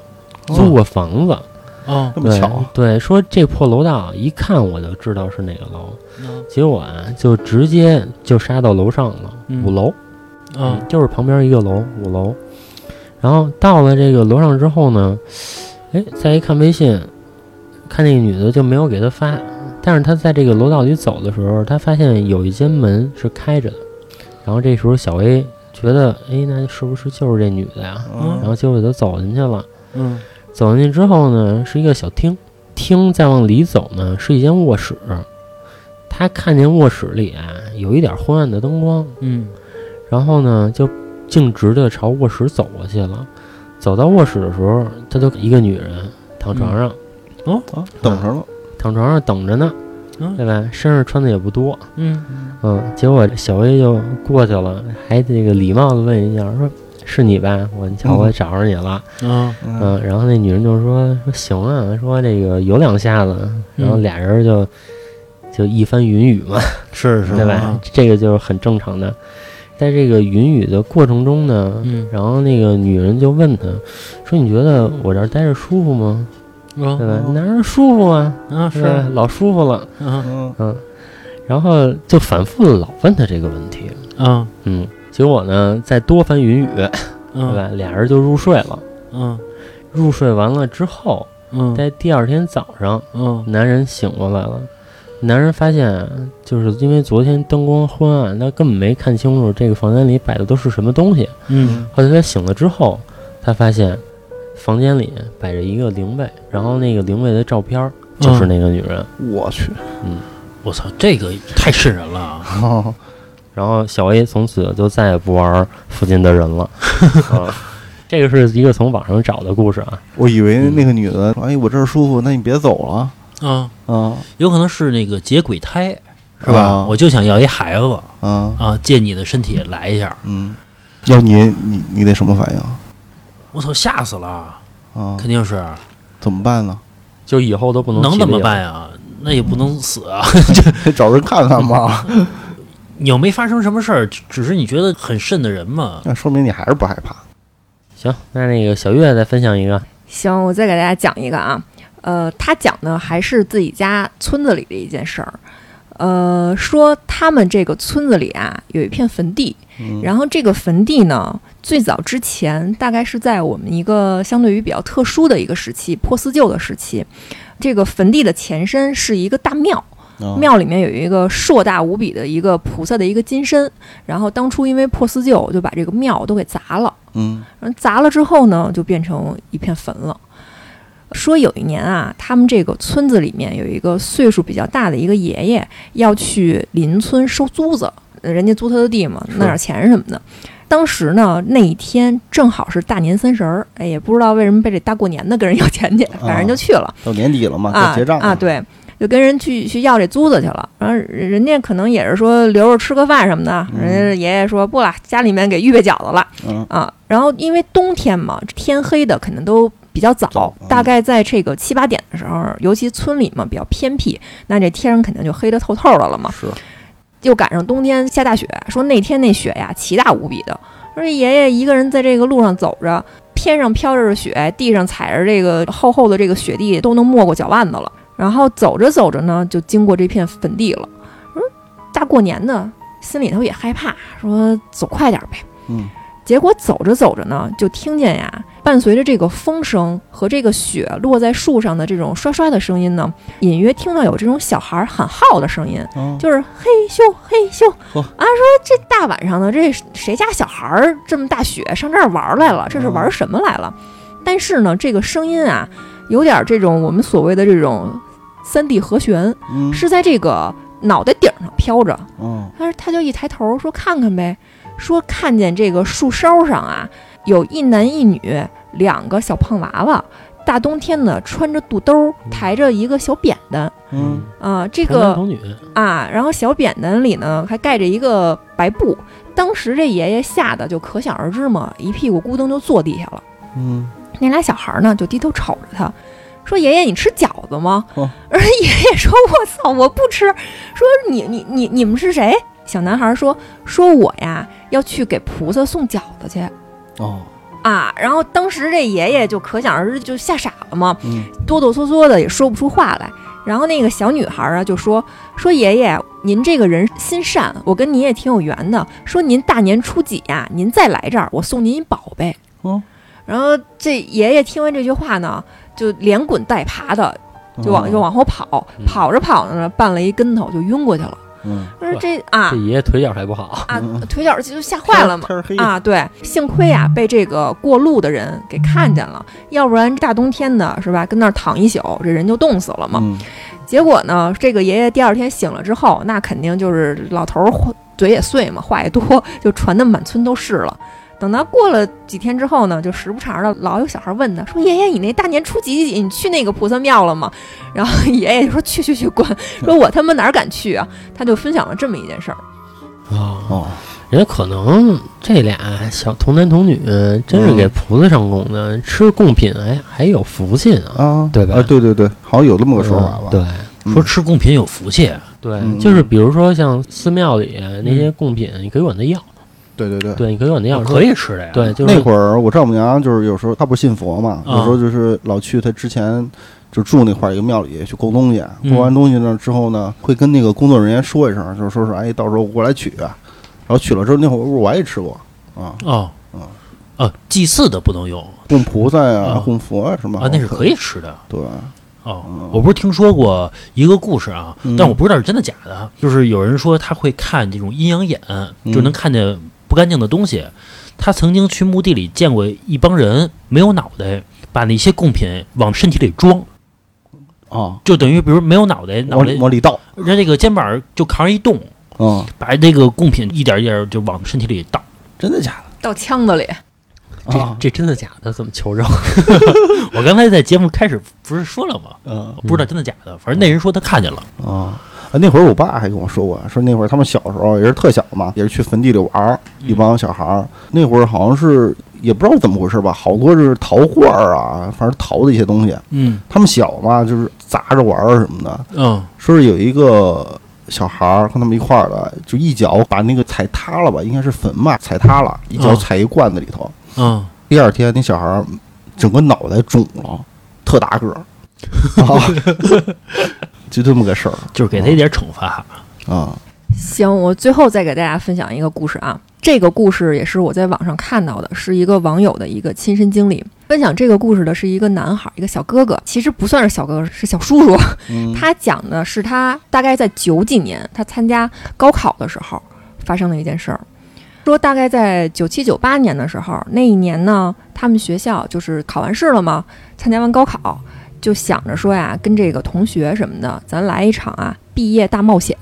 租过房子。
哦
嗯哦这么
对
巧，啊
对，说这破楼道一看我就知道是哪个楼，结果啊就直接就杀到楼上了，
嗯
五楼，
嗯
啊
就是旁边一个楼，五楼。然后到了这个楼上之后呢，哎，再一看微信，看那个女的就没有给他发，但是他在这个楼道里走的时候，他发现有一间门是开着的，然后这时候小 A 觉得，哎，那是不是就是这女的呀？
嗯
然后结果就走进去了。
嗯
走进去之后呢，是一个小厅，厅再往里走呢，是一间卧室。他看见卧室里啊有一点昏暗的灯光，
嗯
然后呢就径直的朝卧室走过去了。走到卧室的时候，他就一个女人躺床上，
哦
啊，等上了，
躺床上等着呢，
嗯
对吧？身上穿的也不多，
嗯
嗯。结果小 A 就过去了，还这个礼貌的问一下，说是你吧？我你瞧我找着你了。
啊
嗯，然后那女人就说说行啊，说这个有两下子，然后
嗯
俩人就就一番云雨
[laughs]
嘛，
是
对吧
啊？
这个就是很正常的。在这个云雨的过程中呢，
嗯
然后那个女人就问他说：“你觉得我这儿待着舒服吗？对
啊
吧？
哦
哪儿舒服啊？
啊
是
是
吧？老舒服了。
啊
嗯
嗯，然后就反复的老问他这个问题。
啊
嗯，结果呢，再多番云雨，对
嗯
吧？俩人就入睡了。
嗯
入睡完了之后，
嗯
在第二天早上，
嗯
男人醒过来了。男人发现啊，就是因为昨天灯光昏暗，他根本没看清楚这个房间里摆的都是什么东西。
嗯
后来他醒了之后，他发现房间里摆着一个灵位，然后那个灵位的照片儿就是那个女人。
我去，
我操，这个太瘆人了啊！
啊
然后小 A 从此就再也不玩附近的人 [laughs] 了。啊，这个是一个从网上找的故事啊。
[laughs] 我以为那个女的说：“哎，我这儿舒服，那你别走了
啊，
啊
有可能是那个结鬼胎，是
啊
吧？我就想要一孩子
啊
啊，借你的身体来一下。
嗯。”要你你你得什么反应
我操，吓死了！
啊？
肯定是
怎么办呢？
就以后都不能
能
提
怎么
这个
办呀？那也不能死啊！ [laughs]
得找人看看吧。
你又没发生什么事儿，只只是你觉得很瘆的人嘛。
[laughs] 那说明你还是不害怕。
行，那那个小月再分享一个，
行，我再给大家讲一个啊，呃，他讲的还是自己家村子里的一件事儿，呃，说他们这个村子里啊有一片坟地，
嗯
然后这个坟地呢，最早之前大概是在我们一个相对于比较特殊的一个时期，破四旧的时期，这个坟地的前身是一个大庙。
啊
庙里面有一个硕大无比的一个菩萨的一个金身，然后当初因为破四旧就把这个庙都给砸了，
嗯
然后砸了之后呢，就变成一片坟了。说有一年啊，他们这个村子里面有一个岁数比较大的一个爷爷要去邻村收租子，呃人家租他的地嘛，弄点钱什么的。当时呢，那一天正好是大年三十儿，哎，也不知道为什么被这大过年的跟人要钱去，反正就去了。
到年底了嘛，
啊
啊该结账了
啊，，对，就跟人去去要这租子去了。然后人人家可能也是说留着吃个饭什么的，
嗯
人家爷爷说不了，家里面给预备饺子了
嗯
啊。然后因为冬天嘛，天黑的可能都。比较
早
早
嗯，
大概在这个七八点的时候，尤其村里嘛比较偏僻，那这天肯定就黑得透透的了嘛。
是
又赶上冬天下大雪，说那天那雪呀奇大无比的，说这爷爷一个人在这个路上走着，天上飘着雪，地上踩着这个厚厚的这个雪地，都能没过脚腕子了。然后走着走着呢，就经过这片坟地了。说大过年的，心里头也害怕，说走快点呗。
嗯，
结果走着走着呢，就听见呀，伴随着这个风声和这个雪落在树上的这种刷刷的声音呢，隐约听到有这种小孩喊号的声音。
啊
就是嘿咻嘿咻
嚯
啊！说这大晚上的，这谁家小孩儿这么大雪上这儿玩儿来了？这是玩儿什么来了？但是呢，这个声音啊，有点儿这种我们所谓的这种三 D 和弦，
嗯
是在这个脑袋顶上飘着。
嗯
他说他就一抬头说看看呗，说看见这个树梢上啊，有一男一女两个小胖娃娃，大冬天的穿着肚兜儿，抬着一个小扁担
嗯
啊、这
童
个
男童女，
啊，然后小扁担里呢还盖着一个白布。当时这爷爷吓得就可想而知嘛，一屁股咕咚就坐地下了。
嗯
那俩小孩儿呢就低头瞅着他，说：“爷爷，你吃饺子吗？”
哦
而爷爷说：“我操，我不吃。”说你你你你们是谁？小男孩说：“说我呀要去给菩萨送饺子去
哦
啊。”然后当时这爷爷就可想而知，就吓傻了嘛。
嗯
哆哆嗦嗦的也说不出话来。然后那个小女孩啊就说：“说爷爷，您这个人心善，我跟您也挺有缘的。说您大年初几呀、您再来这儿，我送您一宝贝。”
哦，
然后这爷爷听完这句话呢，就连滚带爬的就往就往后跑，
嗯
跑着跑着呢，绊了一跟头就晕过去了。
嗯
说这啊
这爷爷腿脚还不好，
啊
嗯，
腿脚就吓坏了嘛。
天儿黑
啊，对，幸亏呀、被这个过路的人给看见了，要不然大冬天的是吧，跟那儿躺一宿，这人就冻死了嘛。
嗯
结果呢，这个爷爷第二天醒了之后，那肯定就是老头儿话嘴也碎嘛，话也多，就传的满村都是了。等到过了几天之后呢，就时不常的老有小孩问他说：“爷爷，你那大年初几几你去那个菩萨庙了吗？”然后 [laughs] 爷爷就说：“去去去，滚！说我他妈哪儿敢去啊！”他就分享了这么一件事儿。
啊，
哦
人家可能这俩小童男童女真是
嗯
给菩萨上供的，吃贡品还还有福气呢，
啊
对吧
啊对对对，好像有这么个说法吧？
嗯对
嗯
说吃贡品有福气，
对、
嗯
就是比如说像寺庙里那些贡品，你可以管他要，
对对对。
对，你可以管他要，
可以吃的呀。
说，对，就是
啊那会儿我丈母娘就是有时候她不信佛嘛，
啊
有时候就是老去她之前就住那块儿一个庙里去供东西，
嗯
供完东西呢之后呢，会跟那个工作人员说一声，就是说是哎，到时候我来取啊。然后取了之后，那会儿我也吃过啊，
哦
嗯，
啊，祭祀的不能用
供菩萨呀、
啊
供佛啊什么
啊，那是可以吃的。
对，
哦，我不是听说过一个故事啊，
嗯
但我不知道是真的假的。就是有人说他会看这种阴阳眼，就能看见不干净的东西。他曾经去墓地里见过一帮人没有脑袋，把那些贡品往身体里装，
啊，
哦就等于比如没有脑袋，脑
往
袋
往里倒
人家这个肩膀就扛着一洞，
嗯，
把那个贡品一点一点就往身体里倒。
真的假
到腔子里，
的啊
这？这真的假的？怎么求证？
我刚才在节目开始不是说了吗？
嗯
我不知道真的假的，反正那人说他看见了。
啊。啊那会儿我爸还跟我说过，说那会儿他们小时候也是特小嘛，也是去坟地里玩儿，一帮小孩儿。那会儿好像是也不知道怎么回事吧，好多是陶罐儿啊，反正陶的一些东西。
嗯
他们小嘛，就是砸着玩儿什么的，
嗯
说是有一个小孩儿跟他们一块儿的，就一脚把那个踩塌了吧，应该是坟吧，踩塌了，一脚
啊
踩一罐子里头。
嗯，
第二天那小孩儿整个脑袋肿了，特大个儿，啊、 [laughs] 就这么个事儿
就是给他一点惩罚。
啊。
行，我最后再给大家分享一个故事啊，这个故事也是我在网上看到的，是一个网友的一个亲身经历。分享这个故事的是一个男孩，一个小哥哥，其实不算是小哥哥，是小叔叔。
嗯
他讲的是他大概在九几年，他参加高考的时候发生的一件事儿。说大概在九七九八年的时候，那一年呢，他们学校就是考完试了嘛，参加完高考，就想着说呀，跟这个同学什么的，咱来一场啊毕业大冒险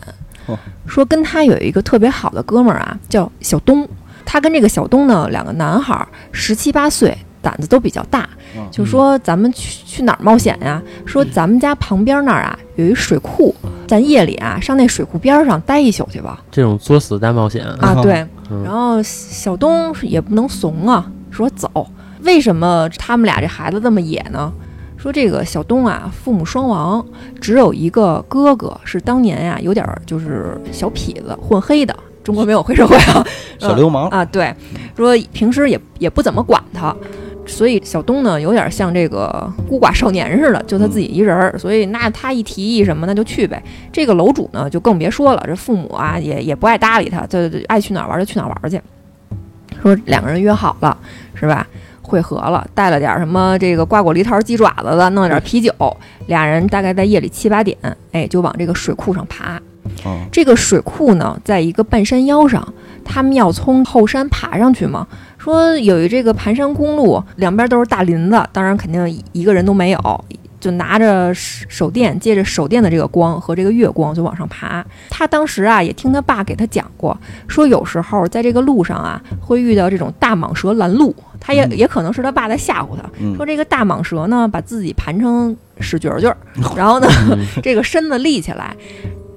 哦。
说跟他有一个特别好的哥们儿啊，叫小东，他跟这个小东呢，两个男孩儿，十七八岁，胆子都比较大，
嗯
就说咱们去去哪儿冒险呀？说咱们家旁边那儿啊有一水库，咱夜里啊上那水库边儿上待一宿去吧。
[laughs] 这种作死大冒险，
啊，
嗯
对，
嗯
然后小东也不能怂啊，说走。为什么他们俩这孩子这么野呢？说这个小东啊，父母双亡，只有一个哥哥是当年呀、有点儿就是小痞子混黑的，中国没有黑社会啊，
小流氓，
啊，对，说平时也也不怎么管他，所以小东呢有点像这个孤寡少年似的，就他自己一人儿，所以那他一提议什么那就去呗。这个楼主呢就更别说了，这父母啊也也不爱搭理他，就就爱去哪儿玩就去哪儿玩去。说两个人约好了是吧？会合了，带了点儿什么这个瓜果梨桃鸡爪子的，弄了点儿啤酒，俩人大概在夜里七八点，哎，就往这个水库上爬。
嗯
这个水库呢，在一个半山腰上，他们要从后山爬上去嘛。说有一这个盘山公路，两边都是大林子，当然肯定一个人都没有，就拿着手手电，借着手电的这个光和这个月光就往上爬。他当时啊，也听他爸给他讲过，说有时候在这个路上啊，会遇到这种大蟒蛇拦路，他也
嗯
也可能是他爸在吓唬他，
嗯
说这个大蟒蛇呢，把自己盘成屎撅撅，然后呢，这个身子立起来。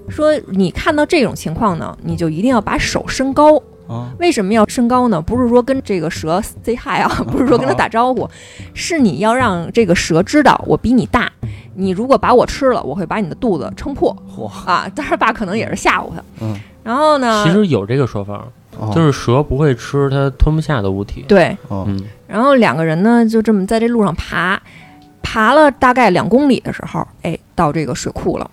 说你看到这种情况呢，你就一定要把手伸高。
啊
为什么要伸高呢？不是说跟这个蛇 say hi 啊，不是说跟它打招呼，是你要让这个蛇知道我比你大。你如果把我吃了，我会把你的肚子撑破
哇
啊！当然，爸可能也是吓唬他。
嗯，
然后呢？
其实有这个说法，
哦
就是蛇不会吃它吞不下的物体。
对，
哦
嗯，
然后两个人呢就这么在这路上爬，爬了大概两公里的时候，哎，到这个水库了。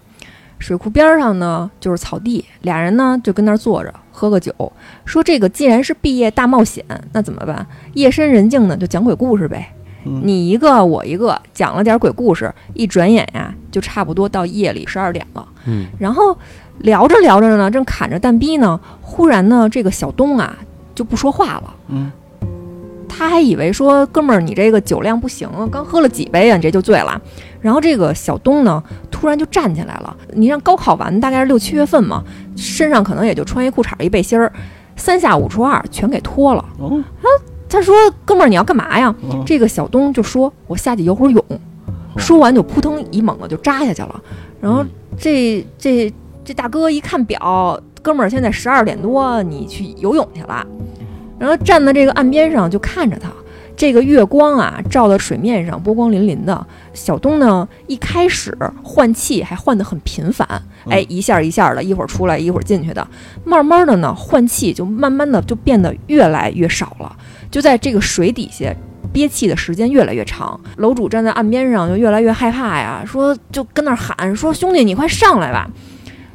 水库边儿上呢就是草地，俩人呢就跟那儿坐着喝个酒，说这个既然是毕业大冒险，那怎么办？夜深人静呢就讲鬼故事呗，
嗯
你一个我一个讲了点鬼故事，一转眼呀、就差不多到夜里十二点了。
嗯，
然后聊着聊着呢，正砍着蛋逼呢，忽然呢这个小东啊就不说话了。
嗯，
他还以为说哥们儿你这个酒量不行，刚喝了几杯啊，你这就醉了。然后这个小东呢，突然就站起来了。你让高考完大概是六七月份嘛，身上可能也就穿一裤衩一背心儿，三下五除二全给脱了。啊
哦
他说：“哥们儿，你要干嘛呀？”
哦
这个小东就说：“我下去游会儿泳。”说完就扑腾一猛子就扎下去了。然后这这这大哥一看表，哥们儿现在十二点多，你去游泳去了。然后站在这个岸边上就看着他，这个月光啊照到水面上，波光粼粼的。小东呢一开始换气还换得很频繁，哎，一下一下的，一会儿出来一会儿进去的。慢慢的呢，换气就慢慢的就变得越来越少了，就在这个水底下憋气的时间越来越长，楼主站在岸边上就越来越害怕呀，说就跟那儿喊说兄弟你快上来吧。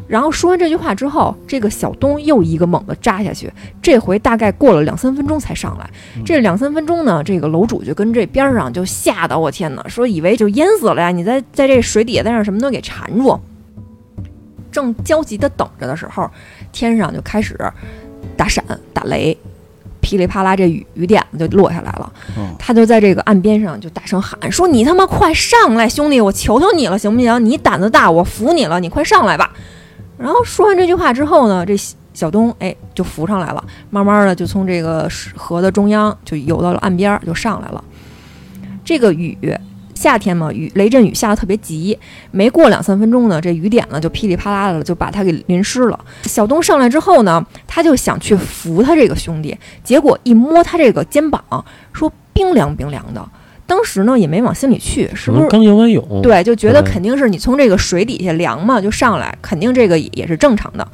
然后说完这句话之后，这个小东又一个猛地扎下去，这回大概过了两三分钟才上来。这两三分钟呢，这个楼主就跟这边儿上就吓得我天哪，说以为就淹死了呀！你在在这水底下再让什么都给缠住。正焦急的等着的时候，天上就开始打闪打雷，噼里啪啦这雨雨点子就落下来了。他就在这个岸边上就大声喊说：“你他妈快上来，兄弟，我求求你了，行不行？你胆子大，我服你了，你快上来吧。”然后说完这句话之后呢，这小东哎就浮上来了，慢慢的就从这个水河的中央就游到了岸边儿，就上来了。这个雨，夏天嘛，雨雷阵雨下的特别急，没过两三分钟呢，这雨点呢就噼里啪啦的就把他给淋湿了。小东上来之后呢，他就想去扶他这个兄弟，结果一摸他这个肩膀，说冰凉冰凉的。当时呢也没往心里去，是
可
不
能
是
刚游完泳，，
对，就觉得
嗯
肯定是你从这个水底下凉嘛，就上来，肯定这个也是正常的。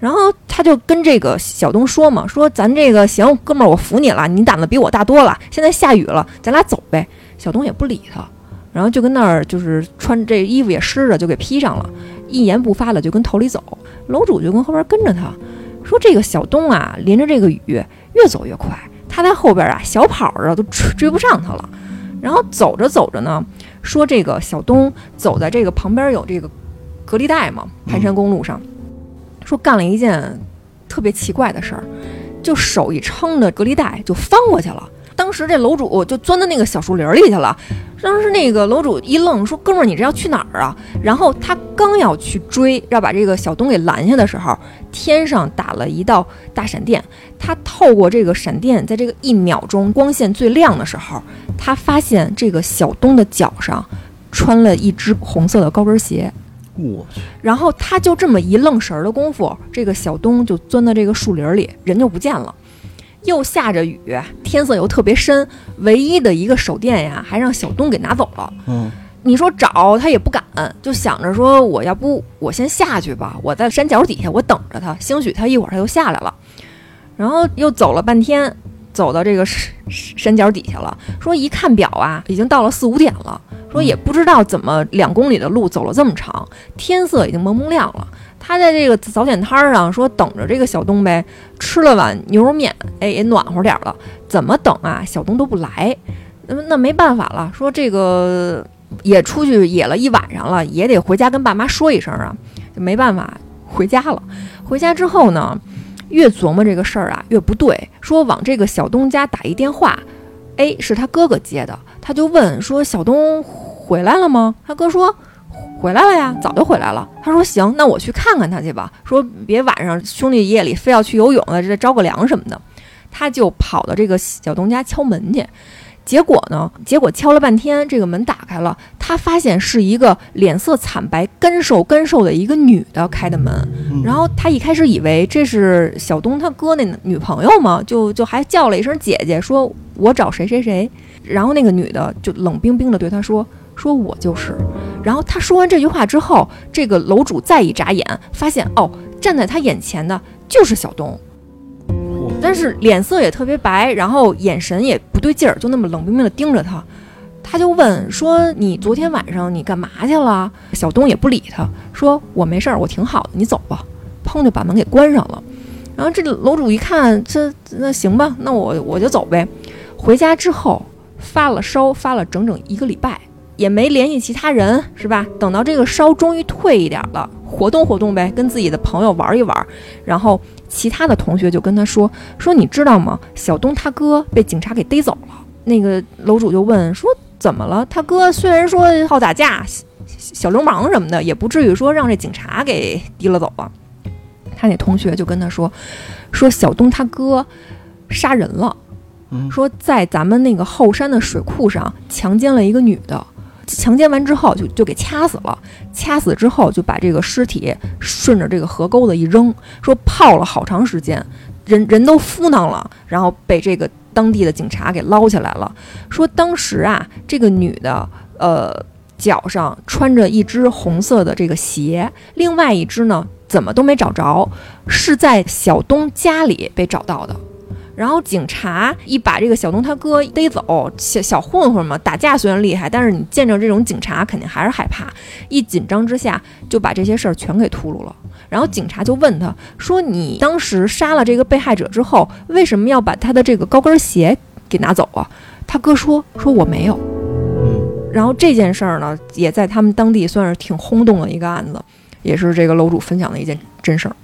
然后他就跟这个小东说嘛，说咱这个行，哥们儿，我服你了，你胆子比我大多了。现在下雨了，咱俩走呗。小东也不理他，然后就跟那儿就是穿这衣服也湿着，就给披上了，一言不发的就跟头里走。楼主就跟后边跟着他，说这个小东啊，淋着这个雨越走越快，他在后边啊小跑着都追追不上他了。然后走着走着呢，说这个小东走在这个旁边有这个隔离带嘛，盘山公路上，说干了一件特别奇怪的事儿，就手一撑着隔离带就翻过去了。当时这楼主就钻到那个小树林里去了。当时那个楼主一愣，说：“哥们儿，你这要去哪儿啊？”然后他刚要去追，要把这个小东给拦下的时候，天上打了一道大闪电。他透过这个闪电，在这个一秒钟光线最亮的时候，他发现这个小东的脚上穿了一只红色的高跟鞋，
我去，
然后他就这么一愣神儿的功夫，这个小东就钻到这个树林儿里，人就不见了。又下着雨，天色又特别深，唯一的一个手电呀，还让小东给拿走了。
嗯，
你说找他也不敢，就想着说我要不我先下去吧，我在山脚底下我等着他，兴许他一会儿他就下来了。然后又走了半天，走到这个山山脚底下了，说一看表啊，已经到了四五点了，说也不知道怎么两公里的路走了这么长，天色已经蒙蒙亮了。他在这个早点摊儿上说等着这个小东呗，吃了碗牛肉面，哎也暖和点儿了，怎么等啊？小东都不来，那么那没办法了，说这个也出去野了一晚上了，也得回家跟爸妈说一声啊，就没办法回家了。啊回家之后呢，越琢磨这个事儿啊越不对，说往这个小东家打一电话，A 是他哥哥接的，他就问说小东回来了吗？他哥说。回来了呀，早就回来了。他说行，那我去看看他去吧。说别晚上兄弟夜里非要去游泳的，这着个凉什么的。他就跑到这个小东家敲门去，结果呢？结果敲了半天，这个门打开了，他发现是一个脸色惨白、干瘦干瘦的一个女的开的门。
嗯
然后他一开始以为这是小东他哥那女朋友嘛，就就还叫了一声姐姐，说我找谁谁谁。然后那个女的就冷冰冰的对他说：“说我就是。”然后他说完这句话之后，这个楼主再一眨眼，发现哦，站在他眼前的就是小东。但是脸色也特别白，然后眼神也不对劲儿，就那么冷冰冰的盯着他。他就问说：“你昨天晚上你干嘛去了？”小东也不理他，说：“我没事儿，我挺好的，你走吧。”砰就把门给关上了。然后这楼主一看，这那行吧，那我我就走呗。回家之后发了烧，发了整整一个礼拜，也没联系其他人，是吧？等到这个烧终于退一点了，活动活动呗，跟自己的朋友玩一玩。然后其他的同学就跟他说：“说你知道吗？小东他哥被警察给逮走了。那个楼主就问说怎么了？他哥虽然说好打架，小小流氓什么的，也不至于说让这警察给提了走啊吧。他那同学就跟他说，说小东他哥杀人了，
嗯
说在咱们那个后山的水库上强奸了一个女的，强奸完之后就就给掐死了，掐死之后就把这个尸体顺着这个河沟子一扔，说泡了好长时间，人人都敷囊了，然后被这个当地的警察给捞起来了。说当时啊，这个女的，呃，脚上穿着一只红色的这个鞋，另外一只呢，怎么都没找着，是在小东家里被找到的。然后警察一把这个小东他哥逮走，小小混混嘛，打架虽然厉害，但是你见着这种警察肯定还是害怕。一紧张之下，就把这些事儿全给秃噜了。然后警察就问他说：“你当时杀了这个被害者之后，为什么要把他的这个高跟鞋给拿走啊？”他哥说：“说我没有。”
嗯，
然后这件事儿呢，也在他们当地算是挺轰动的一个案子，也是这个楼主分享的一件真事儿。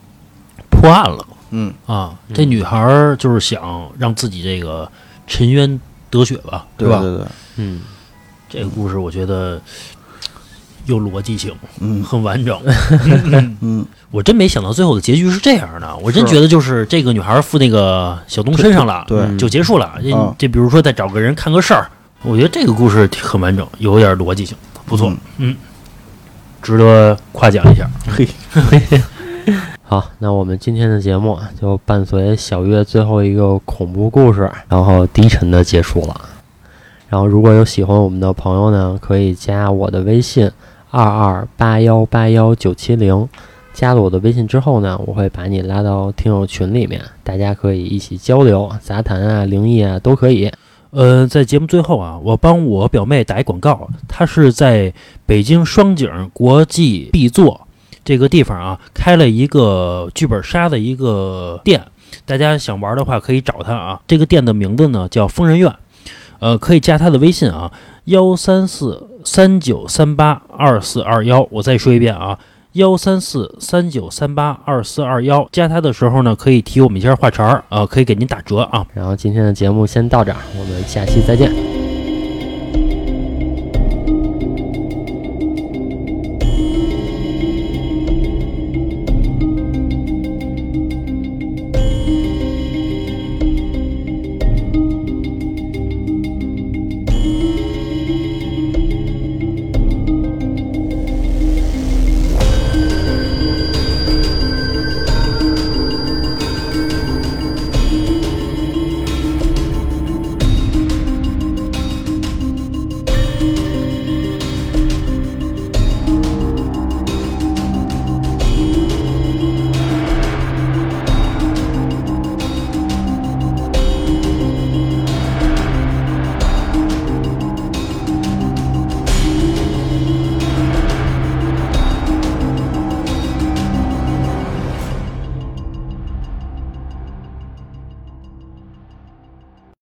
破案了
嗯，
啊！这女孩儿就是想让自己这个沉冤得雪吧，
对
吧？
对对，
嗯，
这个故事我觉得有逻辑性，
嗯
很完整。
嗯，
我真没想到最后的结局是这样的，我真
是
觉得就是这个女孩附那个小东身上了，
对
嗯
就结束了。这、
啊
这比如说再找个人看个事儿，我觉得这个故事挺很完整，有点逻辑性，不错，嗯
嗯
值得夸奖一下。
嘿，
好，那我们今天的节目啊就伴随小月最后一个恐怖故事，然后低沉的结束了。然后，如果有喜欢我们的朋友呢，可以加我的微信二二八幺八幺九七零。加了我的微信之后呢，我会把你拉到听友群里面，大家可以一起交流，杂谈啊、灵异啊都可以。
呃，在节目最后啊，我帮我表妹打一广告，她是在北京双井国际 B 座这个地方啊，开了一个剧本杀的一个店，大家想玩的话可以找她啊。这个店的名字呢叫疯人院，呃，可以加她的微信啊，幺三四三九三八二四二幺。我再说一遍啊。幺三四三九三八二四二幺，加她的时候呢，可呃以提我们一下话茬儿啊、可以给您打折啊。
然后今天的节目先到这儿，我们下期再见，